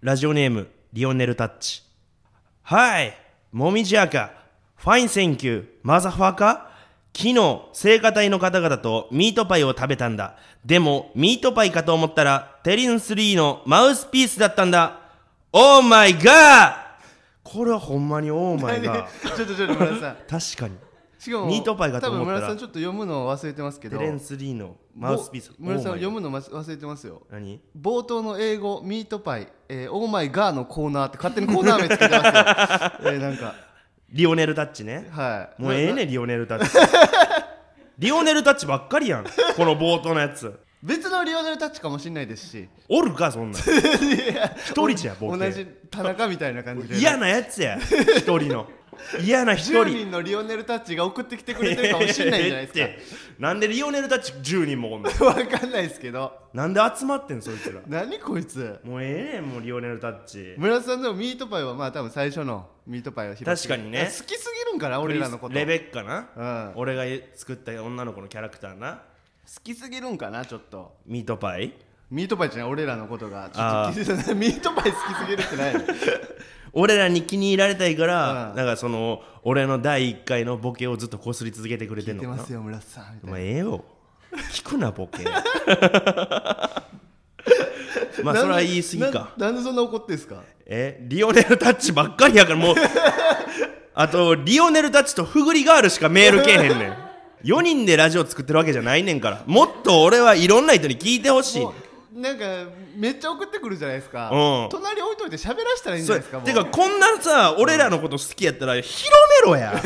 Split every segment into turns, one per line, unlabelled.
ラジオネームリオネルタッチはいもみじ赤ファインセンキューマザファーカ昨日聖歌隊の方々とミートパイを食べたんだでもミートパイかと思ったらテリン3のマウスピースだったんだオーマイガーこれはほんまにオーマイガー
ちょっとちょっと村 田さん
確かに
しかも
ミートパイかと思ったら
多分村田さんちょっと読むのを忘れてますけ
テ
ど
レンスリーのマウスピース
ぼ村田さん
オーマイ
読むのま忘れてますよ
何
冒頭の英語ミートパイ、えー、オーマイガーのコーナーって勝手にコーナー名つけてますよ、 えー、なんか
リオネルタッチね
はい
もうええ
な
ねリオネルタ ッチリオネルタッチばっかりやんこの冒頭のやつ
別のリオネルタッチかもしれないですし
おるかそ んなん一人じゃボ
同
ケ
じ田中みたいな感じで
嫌なやつや一人の嫌な一
10
人
人のリオネルタッチが送ってきてくれてるかもしれないじゃない
ええっ
で
てなんでリオネルタッチ10人もおんの
すかわかんないですけど
なんで集まってんそいつら
何こいつ
もうええねんもうリオネルタッチ
村田さんでもミートパイはまあ多分最初のミートパイを拾って
確かにね
好きすぎるんかな俺らのこと
レベッカな、
うん
俺が作った女の子のキャラクターな
好きすぎるんかなちょっと
ミートパイ
ミートパイじゃない俺らのことがち
あ
ょっとミートパイ好きすぎるってないの
俺らに気に入られたいから、
うん
なんかその俺の第1回のボケをずっとこすり続けてくれてん
聞
の
いて
か
ま
な
すよ村田さんみた
ま
いな
あええよ聞くな ボケまあそれは言い過ぎか
なんなんでそんな怒ってんすか
えリオネルタッチばっかりやからもう あとリオネルタッチとフグリガールしかメールけえへんねん4人でラジオ作ってるわけじゃないねんからもっと俺はいろんな人に聞いてほしいねん
もうなんかめっちゃ送ってくるじゃないですか、
うん
隣置いといて喋らしたらいいんじ
そ
ゃ
う
ないですかもう
てかこんなさ俺らのこと好きやったら広めろ や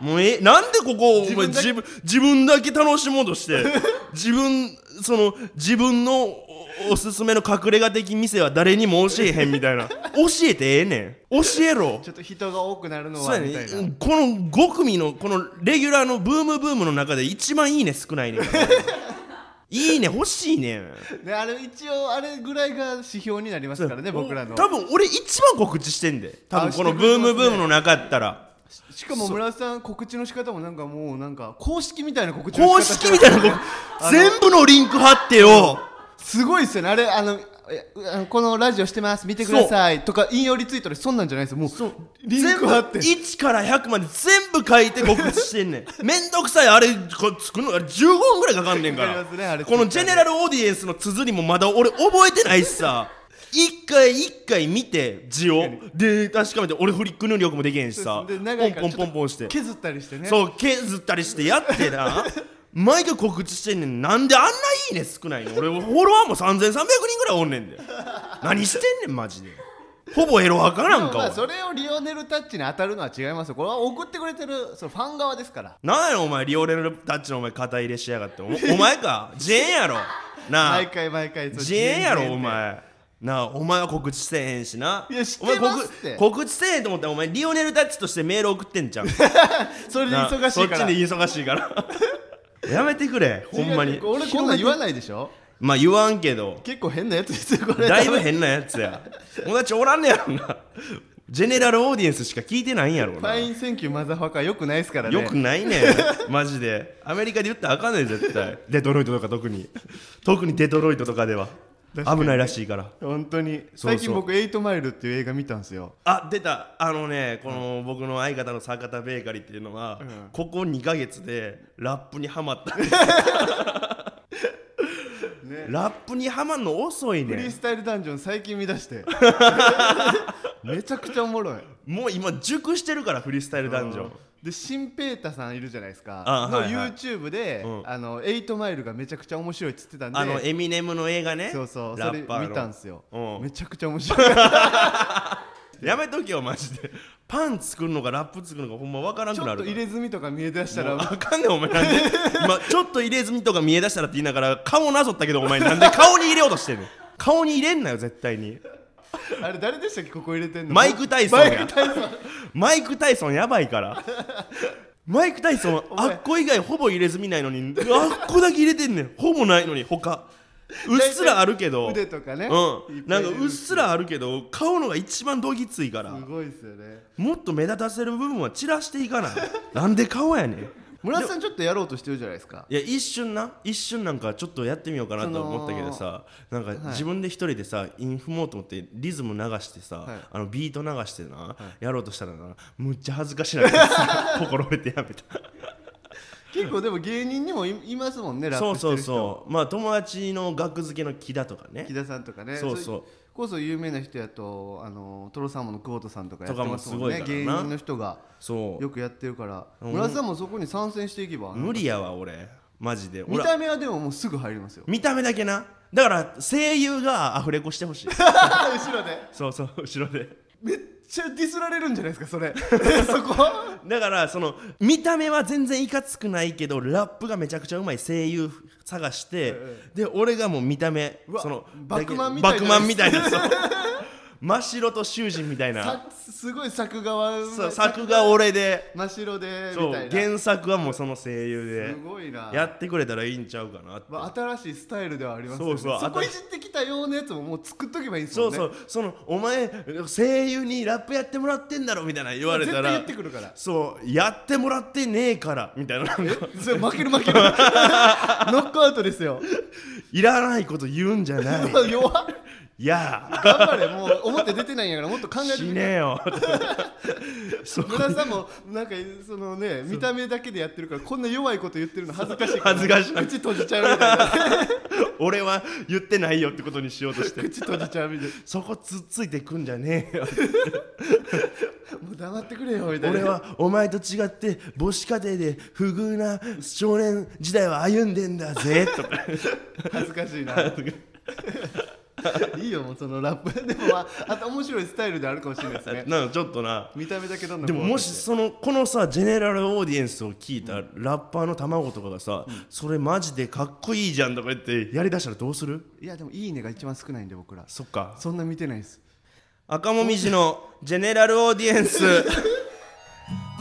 もうえなんでここお前自
自
分自分だけ楽しもうとして自分その自分のおおすすめの隠れ家的店は誰にも教えへんみ たいな教えてええねん教えろ
ちょっと人が多くなるの
そう
は
や
みた
ね
いな、
この5組のこのレギュラーのブームブームの中で一番いいね少ないね んからいいね欲しいねん
であれ一応あれぐらいが指標になりますからね僕らの
多分俺一番告知してんで多分
あ
この
し
ブ
てくれて
ー
ま
ム
すね
ブームの中やったら
しかも村田さん告知の仕方もなんかもうなんか公式みたいな告知の
公
仕方
式みたいなこ
あの
全部のリンク貼ってよ
すごいっすよねあれあのえあのこのラジオしてます見てくださいとか引用リツイートでそんなんじゃないですよもうリンク貼って
全部1から100まで全部書いて告知してんね んめんどくさいあれこ作るのあれ15分ぐらいかかんねんか
からかりますねあれ
このジェネラルオーディエンスの綴りもまだ俺覚えてないしさ一回一回見て字をで確かめて俺フリック入力もできへんしさ
で
ポ
長い
ン
か
ポ
ら
ン
ちょっと
ポンポンして
削ったりしてね
そう削ったりしてやってな毎回告知してんねんなんであんないいね少ないの俺フォロワーも3300人ぐらいおんねんで何してんねんマジでほぼエロ派か
で
な
も
んか
まあ
は
それをリオネルタッチに当たるのは違いますよこれは送ってくれてるそのファン側ですから
なんやろお前リオレルタッチのお前肩入れしやがっておお前かジェーンやろなあ
毎回毎回そう
ジェーンや
自
ろ
然
お
にね
前なあお前は告知せえへんしない
や知って
お前
ますって
告告知せえへんと思ったらお前リオネルタッチとしてメール送ってんじゃん
それで
なあ
忙しいか
そ
ら
っちで忙しいから やめてくれほんま
違
に
う俺こんなん言わないでしょ
まあ言わんけど
結構変なやつですよこれ
だいぶ変なやつや友達おらんねやろなジェネラルオーディエンスしか聞いてないんやろ
フ
な
ァイ
よ
ンセンキューマザーファカーよくないですからね
くないねマジでアメリカで言ったらあかんねん絶対デトロイトとか特に特にデトロイトとかでは危ないらしいから
本当に
そうそう
最近僕「エイトマイル」っていう映画見たんですよ
あ出たあのねこの僕の相方の坂田ベーカリーっていうのは、ここ2ヶ月でラップにはまった、ラップにはまんの遅い
フリー
ね
スタイルダンジョン最近見出して めちゃくちゃおもろい
もう今熟してるからフリースタイルダンジョン
で新ペータさんいるじゃないですか
あ
の
はいはい
YouTube で
うん
あの「エイトマイル」がめちゃくちゃ面白いっつってたんで
あのエミネムの映画ね
そうそうそ
ラ
れ
ッパーの
見たんすよ
うん
めちゃくちゃ 面白い
やめとけよマジでパン作るのかラップ作るのかほんまわからん
ち
く
ょ
な
っと
る
入れ墨とか見え出した
もう
ら
あかんねんお前なんで今ちょっと入れ墨とか見え出したらって言いながら顔なぞったけどお前なんで顔に入れようとしてんの顔に入れんなよ絶対に
あれ誰でしたっけここ入れてんの
マイク・タイソン
マイ
や
クタイソン
マイク・タイソンやばいからマイク・タイソンあ
前
っこ以外ほぼ入れ墨ないのにあっこだけ入れてんねんほぼないのに他うっすらあるけど
腕とかね
うんなんかうっすら
いぱい
あるけど顔のが一番どぎついか
出
ら
るしすごいですよね
もっと目立たせる部分は散らしていかないなんで顔やねん
村田さんちょっとやろうとしてるじゃないですか
いや一瞬な一瞬なんかちょっとやってみようかなと思ったけどさなんか自分で一人でさ、インフモーと思ってリズム流してさ、
はい
あのビート流してな、やろうとしたらなむっちゃ恥ずかしなくてさ 心折れてやめた
結構でも芸人にもいいますもんねラッ
そう
プして
そ
る
う
人
そうまあ友達の額付けの木田とかね
木田さんとかね
そうそう
れこそ有名な人やとあのトロサーモンの久保田さんとかや
と
って
かも
ます
す
もん
ごい
ね
からな
芸人の人が
そう
よくやってるから
うん
村田さんもそこに参戦していけば
無理やわ俺マジで
見
俺
た目はでももうすぐ入りま すよ
見た目だけなだから声優がアフレコしてほしい
後ろで
そうそう後ろで
めっちゃディスられるんじゃないですか それそこ
だからその見た目は全然いかつくないけどラップがめちゃくちゃうまい声優探して、で俺がもう見た目
うわ
その
バクマンみた
バ
いな
クマンみたいな そう真っ白と囚人みたいな
さすごい作画は
そう作画俺で
真っ白で
そ
み
う
たいな
原作はもうその声優
すごいな
でやってくれたらいいんちゃうかなって、
まあ、新しいスタイルではありますよね
そうそう
そこいじってきたようなやつももう作っとけばいいんです
そう
も
ん
ね
そうそのお前声優にラップやってもらってんだろみたいな言われた
絶対
ら
言ってくるから
そうやってもらってねえからみたいななんか
それ負ける負ける ノックアウトですよ
いらないこと言うんじゃない
弱っ
やあ
頑張れもう表出てないんやからもっと考えて
し
み
ね
て
えよ そこ
村田さんもなんかそのね見た目だけでやってるからこんな弱いこと言ってるの恥ずかしいから
恥ずかしい
口閉じちゃうみたいな
俺は言ってないよってことにしようとして
口閉じちゃうみたい
そこつっついてくんじゃねえ よ
なもう黙ってくれよみたいな
俺はお前と違って母子家庭で不遇な少年時代を歩んでんだ ぜとか
恥ずかしいないいよもうそのラップでもまああと面白いスタイルであるかもしれないですね
なんかちょっとな
見た目だけどんな
でも
怖い
もしそのこのさジェネラルオーディエンスを聞いたラッパーの卵とかがさ、それマジでかっこいいじゃんとか言ってやりだしたらどうする
いやでも「いいね」が一番少ないんで僕ら
そっか
そんな見てないです
赤もみじのジェネラルオーディエンス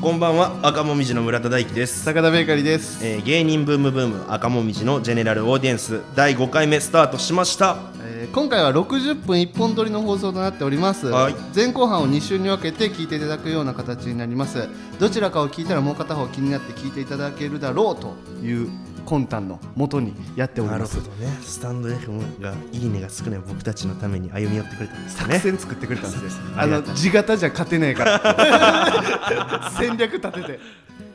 こんばんは赤もみじの村田大樹です、
坂田ベーカリーです
えー芸人ブームブーム赤もみじのジェネラルオーディエンス第5回目スタートしました
えー今回は60分1本撮りの放送となっております、
はい
前後半を2週に分けて聞いていただくような形になりますどちらかを聞いたらもう片方気になって聞いていただけるだろうという魂胆のもとにやっております
どねスタンド FM がいいねが少ない僕たちのために歩み寄ってくれたんです
作戦作ってくれたんですよ、
ね
あ
あ
の
りがとう
地形じゃ勝てないから 戦略立てて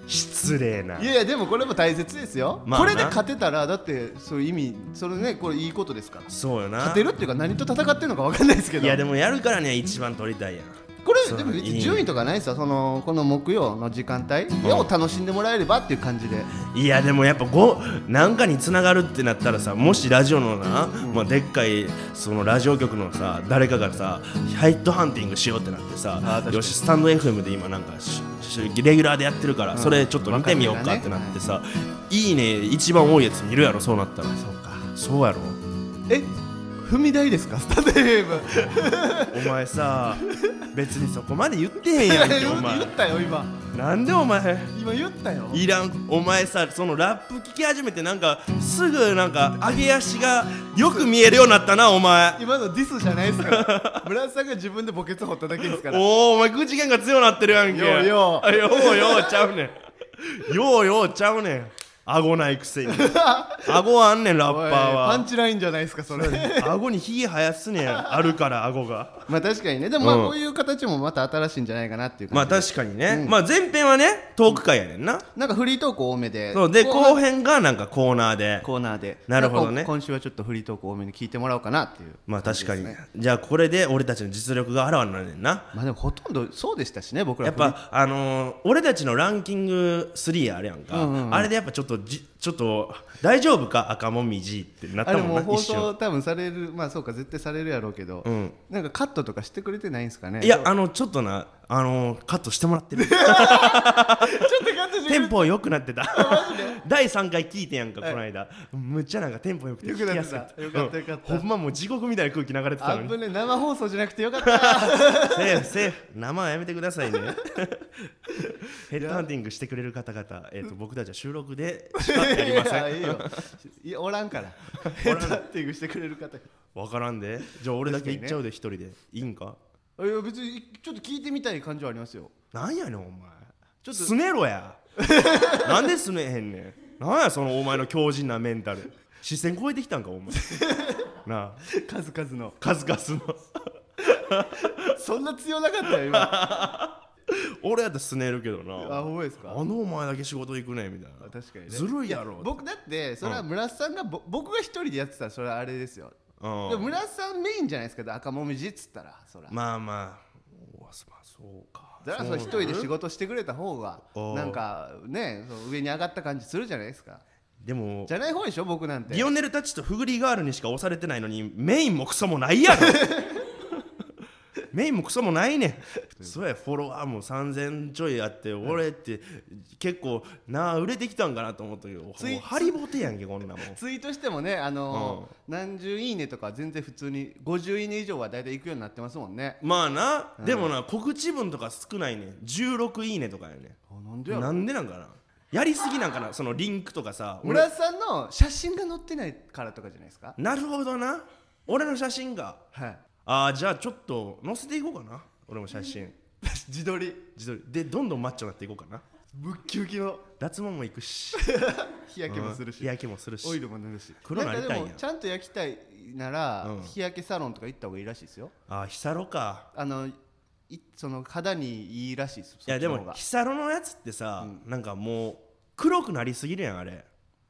失礼ない
やいやでもこれも大切ですよ、
まあ
こ
な
れで勝てたらだってそういう意味それねこれいいことですから
そうよな
勝てるっていうか何と戦ってるのか分かんないですけど
いやでもやるからには一番取りたいやん
これ
そう
でも別
い
に
い
順位とかないですよそのこの木曜の時間帯
ん
を楽しんでもらえればっていう感じで
いやでもやっぱごなんかにつながるってなったらさもしラジオのな、まあ、でっかいそのラジオ局のさ誰かがさヘッドハンティングしようってなって
あ
さ
ー確かに
よしスタンド FM で今なんかししレギュラーでやってるから、それちょっと見てみようかってなってさ、いいね一番多いやつ見るやろそうなったらそうかそうやろ
え踏み台ですかスタンド FM
お前さ別にそこまで言ってへん やんけお前
言ったよ 今
なんでお前
今言ったよ
いらんお前さそのラップ聞き始めてなんかすぐなんか上げ足がよく見えるようになったなお前
今のディスじゃないですから 村田さんが自分でボケツ掘っただけですから
おおお前口喧嘩強なってるやんけ
ようよう
あようようちゃうねんようようちゃうねん顎ないくせに顎あんねんラッ
おいパン
パ
チラインじゃないですかそれ
ーは顎にひげ生やすねんあるから顎 が
まあ確かにねでもまあ
うん
こういう形もまた新しいんじゃないかなっていう
ま
感
あ
じ、
確かにね、まあ前編はねトーク会やねんな
なんかフリートーク多めで
そうで
後半
後編がなんかコーナーで
コーナーで
なるほどね
なんか今週はちょっとフリートーク多めに聞いてもらおうかなっていう
まあ確かに、
感じですね
じゃあこれで俺たちの実力があらわになるねんな
まあでもほとんどそうでしたしね僕ら
やっぱあのー俺たちのランキング3あれやんか、
うんうんうん
あれでやっぱちょっとじちょっと大丈夫か赤もみじってなった
あれ
も
も
んな
放
一瞬、
送多分されるまあそうか絶対されるやろうけど、
うん、
なんかカットとかしてくれてないんですかね
いやあのちょっとなあのーカットしてもらって る
ちょっとカット
テンポ良くなって た 第3回聞いてやんか、この間むっちゃなんかテンポ良くて
良くなっ
聞きや
てた
すかった
よかったよかった
うんほんまもう地獄みたいな空気流れてた
あ
のに
ぶね生放送じゃなくてよかった
セーフセーフ生はやめてくだ さいねヘッドハンティングしてくれる方々、えー、と僕たちは収録でしかやりません
いやいいよいやおら んからヘッドハンティングしてくれる方
わからん でじゃあ俺だけ行っちゃうで一人でいいんか
いや別にちょっと聞いてみたい感じはありますよ
なんやねんお前
ちょっと
すねろや なんで拗ねへんねんなんやそのお前の強靭なメンタル視線超えてきたんかお 前なあ
数々の
数々の
そんな強なかった よ今
俺やったら拗ねるけど
あ
な
ほんまですか
あのお前だけ仕事行くねみたいな
確かにね
ずるいやろ
僕だってそれは村瀬さんがぼ、僕が一人でやってたらそれはあれですよ
うん
でも村瀬さんメインじゃないですか赤もみじっつったらそら
まあまあおそまあそうか
だからそれ一人で仕事してくれた方が
おう
なんかねそう上に上がった感じするじゃないですか
でも
じゃない方でしょ僕なんて
リオネルたちとフグリガールにしか押されてないのにメインもクソもない やろメインもクソもないねんそうやフォロワーも3000ちょいあって俺って結構なあ売れてきたんかなと思ったけども
ツイ
うハリボテやんけこんなもん
ツイートしてもねあのー何十いいねとか全然普通に50いいね以上は大体いくようになってますもんね
まあな、でもな告知文とか少ないねん16いいねとかやね
あなん
ん
でやろ
なんでなんかなやりすぎなんかなそのリンクとかさ俺
村瀬さんの写真が載ってないからとかじゃないですか
なるほどな俺の写真が
はい
ああじゃあちょっと載せていこうかな俺も写真
自撮り
自撮りでどんどんマッチョになっていこうかな
ムッキムキの
脱毛も行くし
日焼けもするし、
日焼けもするし
オイルも塗るし
黒なりたいんや
んかでもちゃんと焼きたいなら、
うん
日焼けサロンとか行った方がいいらしいですよ
ああヒサロか
あのいその肌にいいらしいで
い
す
やで
そっちの方
も
が
ヒサロのやつってさ、なんかもう黒くなりすぎるやんあれ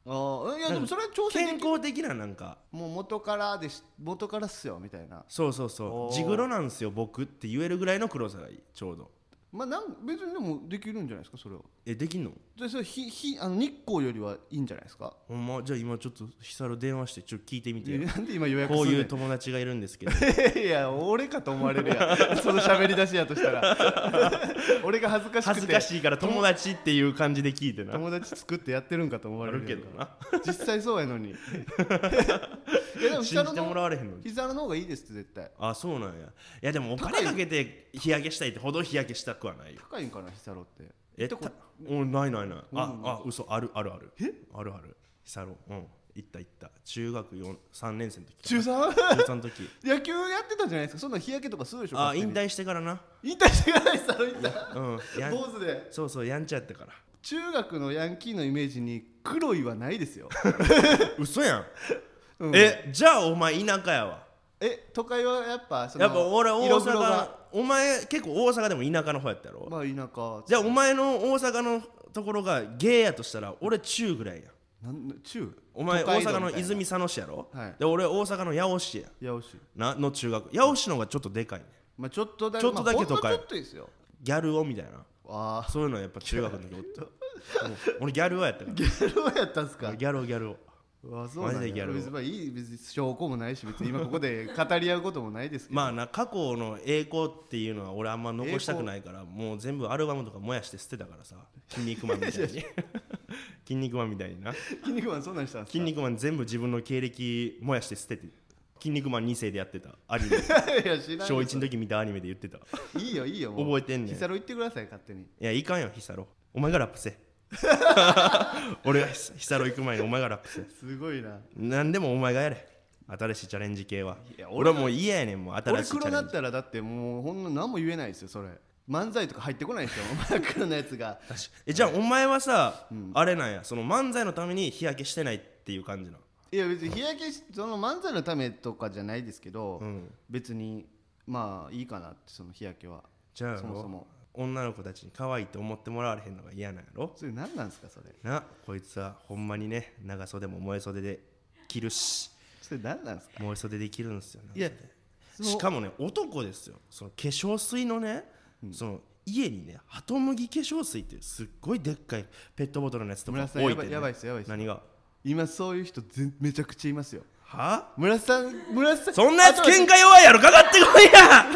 あーいやでもそれは調整で
健康的ななんか
もう元からでし元からっすよみたいな
そうそう
お
そ
ー
う地黒なんすよ僕って言えるぐらいの黒さがいいちょうど
まあなん別にでもできるんじゃないですかそれは
えできんの
でそれひひあの日光よりはいいんじゃないですか
ほんまじゃあ今ちょっとヒサロ電話してちょっと聞いてみ
いや
て
なんで今予約
こ
す
う
る
いう友達がいるんです けど
いや俺かと思われる やんその喋り出しやとしたら俺が恥ずかしくて
恥ずかしいから友達っていう感じで聞いてな
友達作ってやってるんかと思わ
あ
れる
る
やん
けどな
実際そうや のにいやでも膝
信
の
じても
の
らわれへんのに
膝の方がいいですって絶対
あそうなんやいやでもお金かけて日焼けしたいってほど日焼けしたくはないよ
高いんかな膝のって
え
でこ
たおないないないあ
う
あ嘘あるあるあるあるあるヒサロうん行った行った中学四三年生の時
中 3?
中3の時
野球やってたじゃないですかそんな日焼けとかするでしょ
あ
勝手
引
に
退してからな
引退してから膝の行った
うんやん
坊主で
そうそうやんちゃやったから
中学のヤンキーのイメージに黒いはないです よ
嘘やん、
うん
えじゃあお前田舎やわ
え都会はやっぱその
やっぱ俺は大
色黒
阪
が
お前結構大阪でも田舎の方やったやろ、
まあ田
じゃあお前の大阪のところがゲイやとしたら俺中ぐらいやん
舎なん中
お前
都
大
会道
阪
み
の
たいな
泉佐野市やろ、
はい
で俺大阪の八尾市や
八尾市
なの中学八尾市の方がちょっとでかいね
まあちょっとだけ
ちょっとだけ
まあほん
都会
ちょっとですよ
ギャル男みたいな
あ
そういうのやっぱ中学の時おったもう俺ギャル男やったか
あギャルをやったんすから
ギャル男ギャル男
あそうなん
マジでギ
や
ャルを
別にまあいい別に証拠もないし別に今ここで語り合うこともないですけ ど、
まあな過去の栄光っていうのは俺あんま残したくないからもう全部アルバムとか燃やして捨てたからさ筋肉マンみ たいに筋肉マンみたいにな
筋肉マンそんなんしたんすか
筋肉マン全部自分の経歴燃やして捨てて筋肉マン2世でやってたアニ メ
いや知らん
小1の時見たアニメで言ってたい
いいよいいよもう
覚えてんねん
ヒサロ行ってください勝手に
やいかんよヒサロお前がラップ せ俺がヒヒサロ行く前にお前がラップせ
すごいな
何でもお前がやれ新しいチャレンジ系はい
や俺
俺はもう嫌やねんもう
俺
新しいチ
黒
ャレ
だ
ン
っ
ジ
たらだってもうほんの何も言えないですよそれ漫才とか入ってこない ですよ真っ黒のやつが
えじゃあお前はさ、あれなんやその漫才のために日焼けしてないっていう感じない
や別に日焼けしその漫才のためとかじゃないですけど、
うん
別にまあいいかなってその日焼けは
じゃあ
そもそも
女の子たちに可愛いと思ってもらわれへんのが嫌なんやろ
それ何なんですかそれ
なこいつはほんまにね長袖も燃え袖で着るし
それ何なんですか
燃え袖で着るんですよ
いや
しかもね男ですよその化粧水のね、その家にねハトムギ化粧水っていうすっごいでっかいペットボトルのやつとか
村
置
瀬
い
さん
て、ね、
やばいやばいっすよやばいっすよ
何が
今そういう人ぜんめちゃくちゃいますよ
は
村瀬さん村瀬さん
そんなやつ
あちょっと待
喧
って
嘩弱いやろかかってこい や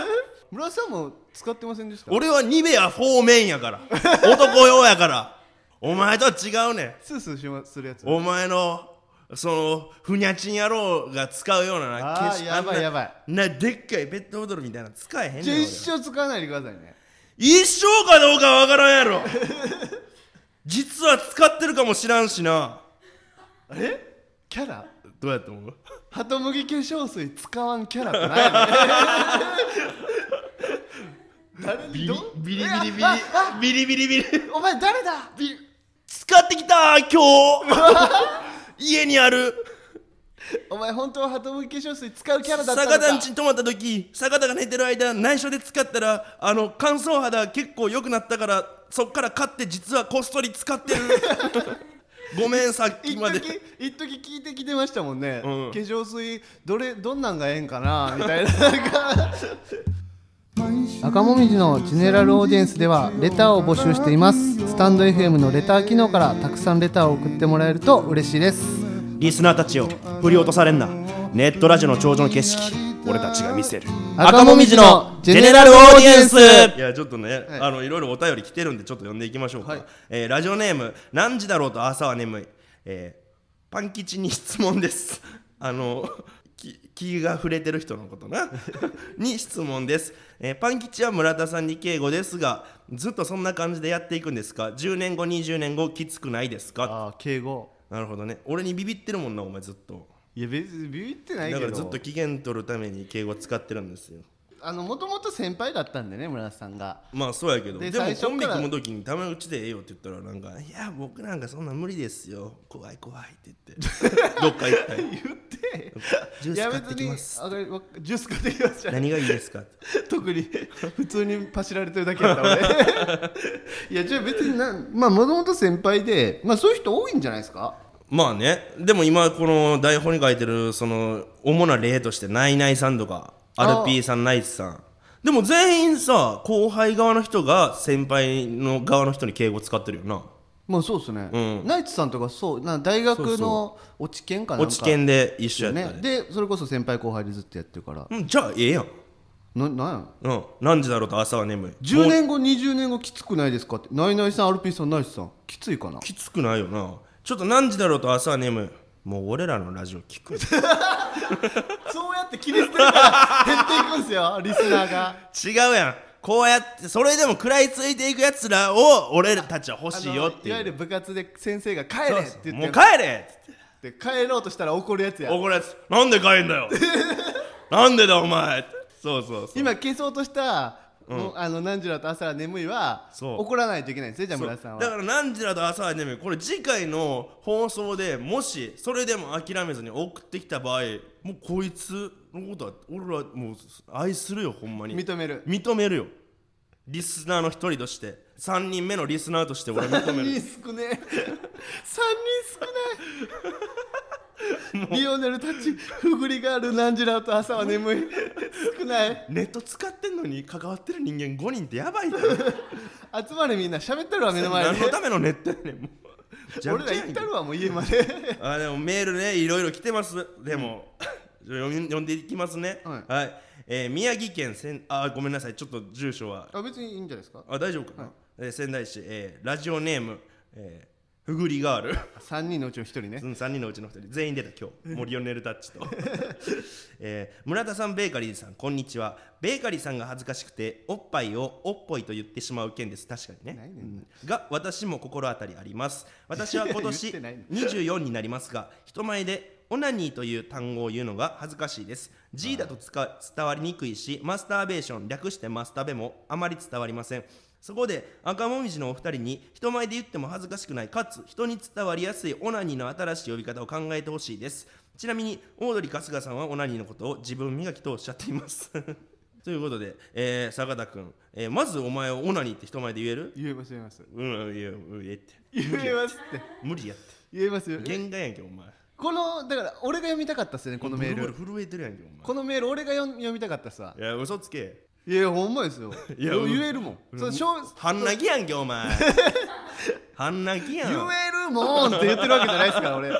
村瀬さんも使ってませんでした
俺はニベアフォーメンや から男用やからお前とは違うねん
スースーしまするやつ
お前のそのふにゃちん野郎が使うようなな
あー
けし
やばい
あんな
やばい
なでっかいペットボトルみたいなの使えへんねん
じゃあ
俺
一生使わないでくださいね
一生かどうかわからんやろ実は使ってるかもしらんしな
あれキャラ
どうやって思う
ハトムギ化粧水使わんキャラってない ね誰に
ビリ
どん
ビリビリビ
えああ
リビリビリビリ
お前誰だビ
使ってきた今 日家にある
お前本当はハトムギ化粧水使うキャラだったのか
坂田んちに泊まった時坂田が寝てる間内緒で使ったらあの乾燥肌結構良くなったからそっから買って実はこっそり使って るごめんさっき
一
まで
時一時聞いてきてましたもんね、
うん
化粧水どれどんなんがええんかなみたいななんか赤もみじのジェネラルオーディエンスではレターを募集していますスタンド FM のレター機能からたくさんレターを送ってもらえると嬉しいです
リスナーたちを振り落とされんなネットラジオの頂上の景色俺たちが見せる
赤もみじのジェネラルオーディエンス
いやちょっとね、
はい
い、あのいろいろお便り来てるんでちょっと読んでいきましょうか、
はい
えーラジオネーム何時だろうと朝は眠い、えーパン吉に質問です あのき気が触れてる人のことな に質問です、えーパン吉は村田さんに敬語ですがずっとそんな感じでやっていくんですか10年後20年後きつくないですか
ああ敬語
なるほどね俺にビビってるもんなお前ずっと
いや別にビビってない
だ
け
か
ど
らずっと機嫌取るために敬語使ってるんですよ
あのもともと先輩だったんでね村田さんが
まあそうやけど
で
でも
最初
コンビ
から
組む時に「たまうちでええよ」って言ったらなんか「いや僕なんかそんな無理ですよ怖い怖い」って言って どっか行ったり
言って
ジュース買ってきます
いや別にあわかジュース買ってきますじゃない
何がいいですかって
特に普通に走られてるだけやった俺 いやじゃあ別になんまあもともと先輩でまあそういう人多いんじゃないですか
まあねでも今この台本に書いてるその主な例としてナイナイさんとか
あー
アルピーさんナイツさんでも全員さ後輩側の人が先輩の側の人に敬語使ってるよな
まあそうですね、
うん
ナイツさんとかそうな大
そ
学
う
の落ち研かなんか
落ち研で一緒やった
ね
ね
でそれこそ先輩後輩でずっとやってるから
うんじゃあええやん
ななんやん
うん何時だろうと朝は眠いもう
10年後20年後きつくないですかってナイナイさんアルピーさんナイツさんきついかな
きつくないよなちょっと何時だろうと朝は眠いもう俺らのラジオ聞く
そうやって切り捨てるから減っていくんですよリスナーが
違うやんこうやってそれでも食らいついていくやつらを俺たちは欲しいよって
あのわゆ
いう
る部活で先生が帰れって言って
もう帰れっつっ
で帰ろうとしたら怒るやつ
て
や
怒るやつなんで帰んだ よなんでだお前そうそうそう
今消そうとした、もうあの何時だと朝は眠いは
そう
怒らないといけないんですねじゃあ村田さん
だか
は
ら何時だと朝は眠いこれ次回の放送でもしそれでも諦めずに送ってきた場合もうこいつのことは俺らもう愛するよほんまに
認める
認めるよリスナーの一人として3人目のリスナーとして俺は認め
3
る
人少ねえ3人少ないリオネルたちふぐりがある何時だと朝は眠い少ない
ネット使ってんのに関わってる人間5人ってやばいって
集まれみんな喋ってるわ 目の前
何
で
のためのネットやねんもうめちゃ
俺
くち
ら
ゃや
行
ん
った
け
るわもう家まで
あでもメールねいろいろ来てますでも、読み読んでいきますね
は
はい、えー宮城県仙あごめんなさいちょっと住所は
あ別にいいんじゃないですか
あ大丈夫かな、えー仙台市、えーラジオネーム、えーふぐりガール
3人のうちの1人ね
うん、3人のうちの2人全員出た今日モリオネルタッチと、 えー村田さんベーカリーさんこんにちはベーカリーさんが恥ずかしくておっぱいをおっぽいと言ってしまう件です確かにね
ないね
うんが私も心当たりあります私は今年
言ってないね
24になりますが人前でオナニーという単語を言うのが恥ずかしいです G だとつか伝わりにくいしマスターベーション略してマスタベもあまり伝わりませんそこで赤もみじのお二人に人前で言っても恥ずかしくないかつ人に伝わりやすいオナニーの新しい呼び方を考えてほしいですちなみにオードリー春日さんはオナニーのことを自分磨きとおっしゃっています ということで、えー坂田君、えーまずお前をオナニーって人前で言える
言えます言えます
うんいやうん言えって
言えますって
無理やって
言えますよ
限界やんけお前
このだから俺が読みたかったっすねこのメー
ブ
ル
ルブル震えてるやんけお
このメール俺が読読みたかったっすわ
前いや嘘つけ
いやほんまですよ
いや
よ
うん
言えるもんそのしょう
半泣きやんけお 前半泣きや
言
ん
えるもんって言ってるわけじゃないですから俺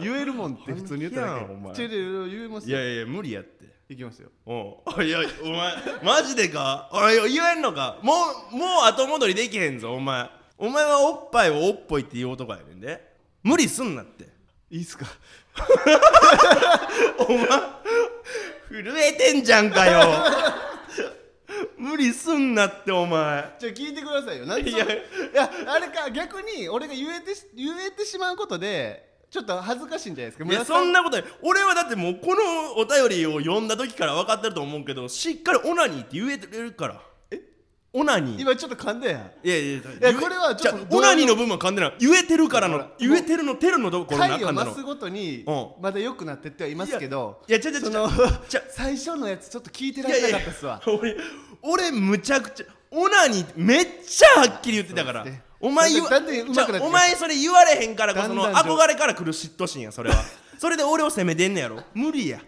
言えるもんって普通に言っただ
本気やんお前
け違う違う言えます
い
よ
やいや無理やって
いきますよ
おういやお前マジでかおい言えんのかもうもう後戻りできへんぞお前お前はおっぱいをおっぽいって言う男やねんで無理すんなって
いいっすか
震えてんじゃんかよ 無理すんなってお前
じゃあ聞いてくださいよなんで
い
そん
や
ないやあれか逆に俺が言えてし言えてしまうことでちょっと恥ずかしいんじゃないですか
いや
村
そ
さ
んなことない俺はだってもうこのお便りを読んだ時から分かってると思うけどしっかりオナニーって言えてるからオナニー
今ちょっと噛んだやん
いやいやい
いやこれはちょっと
じゃあオナニーの部分は噛んでない言えてるからの言えてるのてるのところな
回
噛
を
んだ
増
の
すごとに
う
まだ良くなってってはいますけど
いやいや違う違う
その
違う違う
最初のやつちょっと聞いてら
い
れ
や
ないか
や
ったっすわ
俺俺むちゃくちゃオナニーってめっちゃはっきり言ってたから
そうですね
お前言
だ
わ
んだん上手くな
じゃ
ってきました
あお前それ言われへんからこその
だんだん上
憧れから来る嫉妬心やそれは それで俺を責めてんねやろ無理や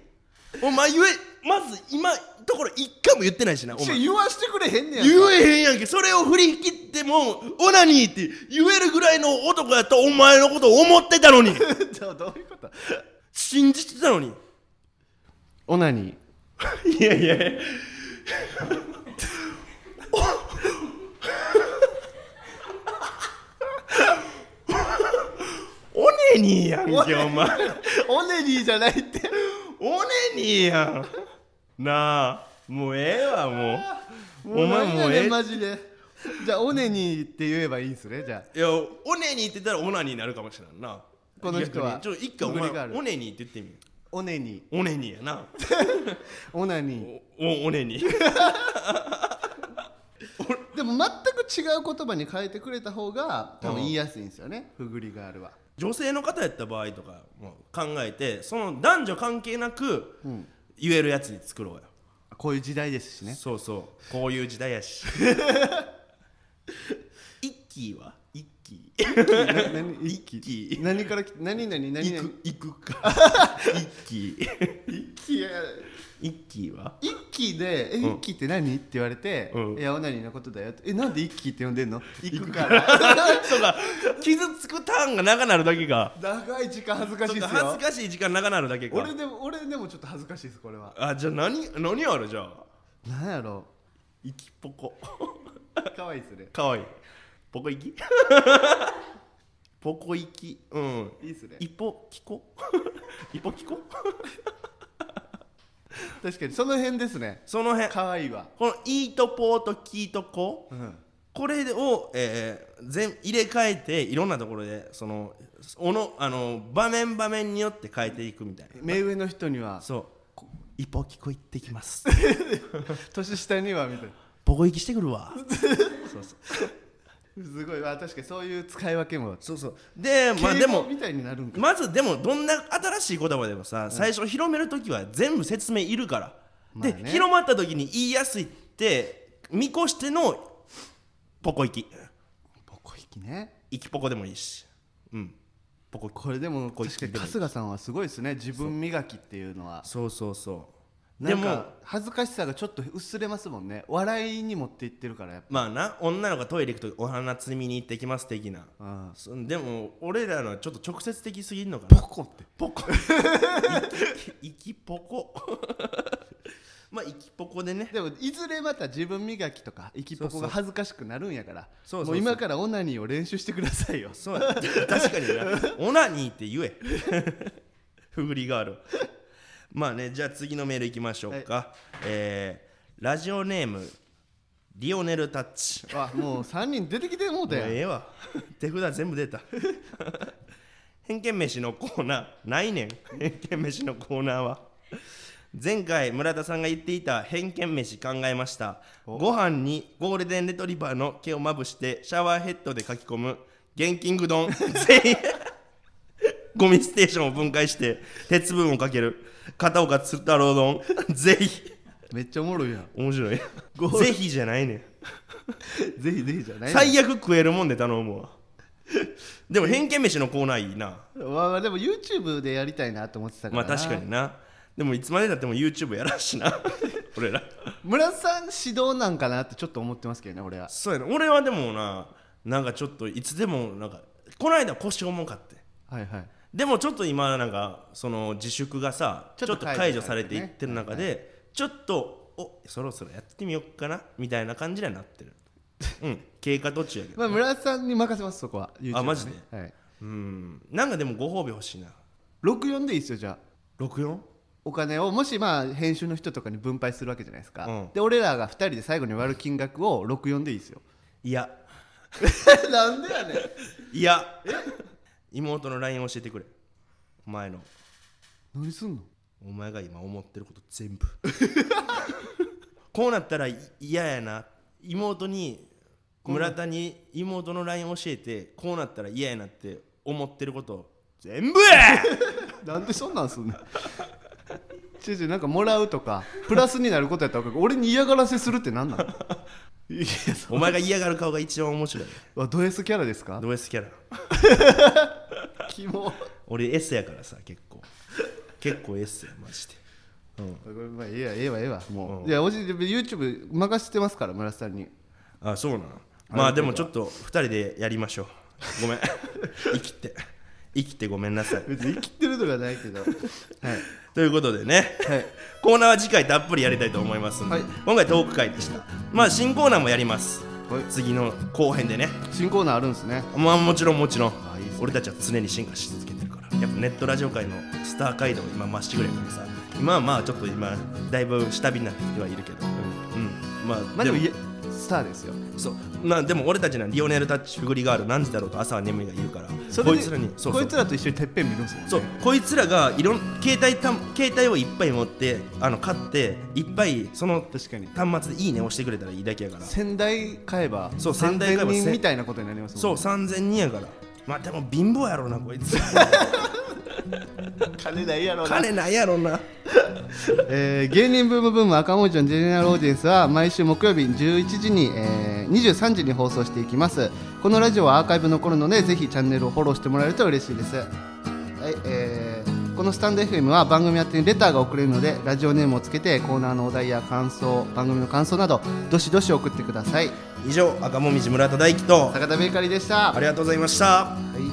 お前言えまず今ところ一回も言ってないしなお
ちょ
前
言わしてくれへんねやん
言えへんやんけそれを振り切ってもオナニーって言えるぐらいの男やとお前のことを思ってた のに
ちょどういうこと
信じてたのに
オナニー
いやいやいやおオネニーやんけお前
オネニーじゃないって
オネニーやんなあもうええわもうお前
何
も
や
う
ね
え
ん
え
マジでじゃあオネニーって言えばいいんすねじゃあ
いやオネニーって言ったらオナニーになるかもしれんな
この人は
逆にちょっと一回お
潜りがあ
前
る
オネニーって言ってみよ
オネニー
うオネニーやな
オナニー
おおオネニ ー
でも全く違う言葉に変えてくれた方が多分言いやすいんですよねふぐりガールは
女性の方やった場合とかも考えてその男女関係なく言えるやつに作ろうよ
こういう時代ですしね
そうそうこういう時代や し一気は一気
何一
一気
何からき何何何
行
何
く行く か一気
一気や
一気は
一気で「え
うん
一気って何?」って言われて
うん
「いやオナニーのことだよ」って「えなんで一気って呼んでんの?」行くから
そうか傷つくターンが長なるだけか
長い時間恥ずかしいっす
そうか恥
よ
ずかしい時間長なるだけか
俺でも俺でもちょっと恥ずかしいですこれは
あじゃあ何何あるじゃあ
なんやろ
行きポコ
うかわいいっすね
かわいいポコ行き ポコ行きうん
いいっすね
一歩聞こ 一歩聞こ
確かにその辺ですね
その辺
かわいいわ
このイートポーとキートコ
うん
これを、えー全入れ替えていろんなところでそのおのあの場面場面によって変えていくみたいな
目上の人には
そうこ一歩聞こ行ってきます
年下にはみたいな
ポコ行きしてくるわそうそう
すごいわ確かにそういう使い分け も
そうそうでまあで
敬
も
語みたいになるんか
まずでもどんな新しい言葉でもさ、最初広める時は全部説明いるから、
まあね
で広まった時に言いやすいって見越してのポコ行き
ポコ引きね
行きポコでもいいしうんポコ
これでも
こいつ
確かに春日さんはすごいですね自分磨きっていうのは
そうそうそう
な
で
ん
も
か恥ずかしさがちょっと薄れますもんね笑いに持っていってるからやっ
まあな女の子がトイレ行くとお花摘みに行ってきます的な
ぱうん
そでも俺らのはちょっと直接的すぎるのか
ポ
な
コって
ポ コ行きポコ まあ行きポコでね
でもいずれまた自分磨きとか生きポコが恥ずかしくなるんやから
そうそうそう
もう今からオナニーを練習してくだ さいよ
そうや確かになオナニーって言え ふぐりガールまあねじゃあ次のメールいきましょうか、えーラジオネームリオネルタッチ
あもう3人出てきてもうた
もうえ
やん
えわ 手札全部出た 偏見飯のコーナーないねん偏見飯のコーナーは前回村田さんが言っていた偏見飯考えましたご飯にゴールデンレトリバーの毛をまぶしてシャワーヘッドで書き込む現金うどん 全員ゴミステーションを分解して鉄分をかける片岡鶴太郎丼 ぜひ
めっちゃおも ろいやん
面白いぜひじゃないねん
ぜひぜひじゃない
最悪食えるもんで頼むわ でも偏見飯のコーナーいいな
まあまあでも YouTube でやりたいなと思ってたか
まあ
らな
確かになでもいつまでだっても YouTube やらんしな 俺ら
村さん指導なんかなってちょっと思ってますけどね俺は
そうやな俺はでもななんかちょっといつでもなんかこの間腰重かって
はいはい
でもちょっと今なんかその自粛がさ
ち
ち
ょ
ょ
っ
っと
と解
解
除
除
さ
さ
れ
れ
て
て
ね
いってる中でちょっとおそろそろやってみようかなみたいな感じにはなって るうん経過途中やけど
まあ村さんに任せますそこは YouTube ね
あマジで
はい
うんなんかでもご褒美欲しいな
64でいいですよじゃあ
64?
お金をもしまあ編集の人とかに分配するわけじゃないですか、
うん
で俺らが2人で最後に割る金額を64でいいですよ
いや
なんでやねん
いや妹の LINE 教えてくれお前の
何すんの
お前が今思ってること全部こうなったらい嫌やな妹に村田に妹の LINE 教えてこうなったら嫌やなって思ってること全部や
なんでそんなんすんのちょちょなんかもらうとかプラスになることやったら分かる俺に嫌がらせするって何なの いや
お前が嫌がる顔が一番面白い
わド S キャラですか
ド S キャラ
キモ
俺 S やからさ結構結構 S やマジで
これまあええわええわええわもう、
うん
いやおじ YouTube 任せてますから村瀬さんに
あそうなのまあでもちょっと2人でやりましょうご めん生きて生きてごめんなさい
別に生きてるとかないけ どはい
ということでね、
はい
コーナーは次回たっぷりやりたいと思いますので、
はい
今回トーク会でしたまあ新コーナーもやります
はい
次の後編でね
新コーナーあるんですね
まあもちろんもちろん
あいいっすね
俺たちは常に進化し続けてるからやっぱネットラジオ界のスター街道今まっしぐらやからさ今はまあちょっと今だいぶ下火になってきてはいるけどうん、まあ、
まあでもいやスターですよ
そうなでも俺たちなリオネルタッチフグリガール何時だろうと朝は眠いがいるから
それ
こ
で
いつらにそう
こ
そう
いつらと一緒にてっぺん見るんですもんね
そうこいつらがいろん携帯た携帯をいっぱい持ってあの買っていっぱいその
確かに
端末で「いいね」押してくれたらいいだけやから
仙台買えば
そう仙台買えば
3000人
せん
みたいなことになりますもんね
そう3000人やからまあでも貧乏やろうなこい つ
金ないやろ
金ないやろうな
えー芸人ブームブーム赤文字のジェネラルオーディエンスは毎週木曜日11時に、えー23時に放送していきますこのラジオはアーカイブ残るのでぜひチャンネルをフォローしてもらえると嬉しいですはい、えーこのスタンド FM は番組宛てにレターが送れるのでラジオネームをつけてコーナーのお題や感想番組の感想などどしどし送ってください
以上赤もみじ村田大樹と
坂田ベーカリーでした、
ありがとうございました
はい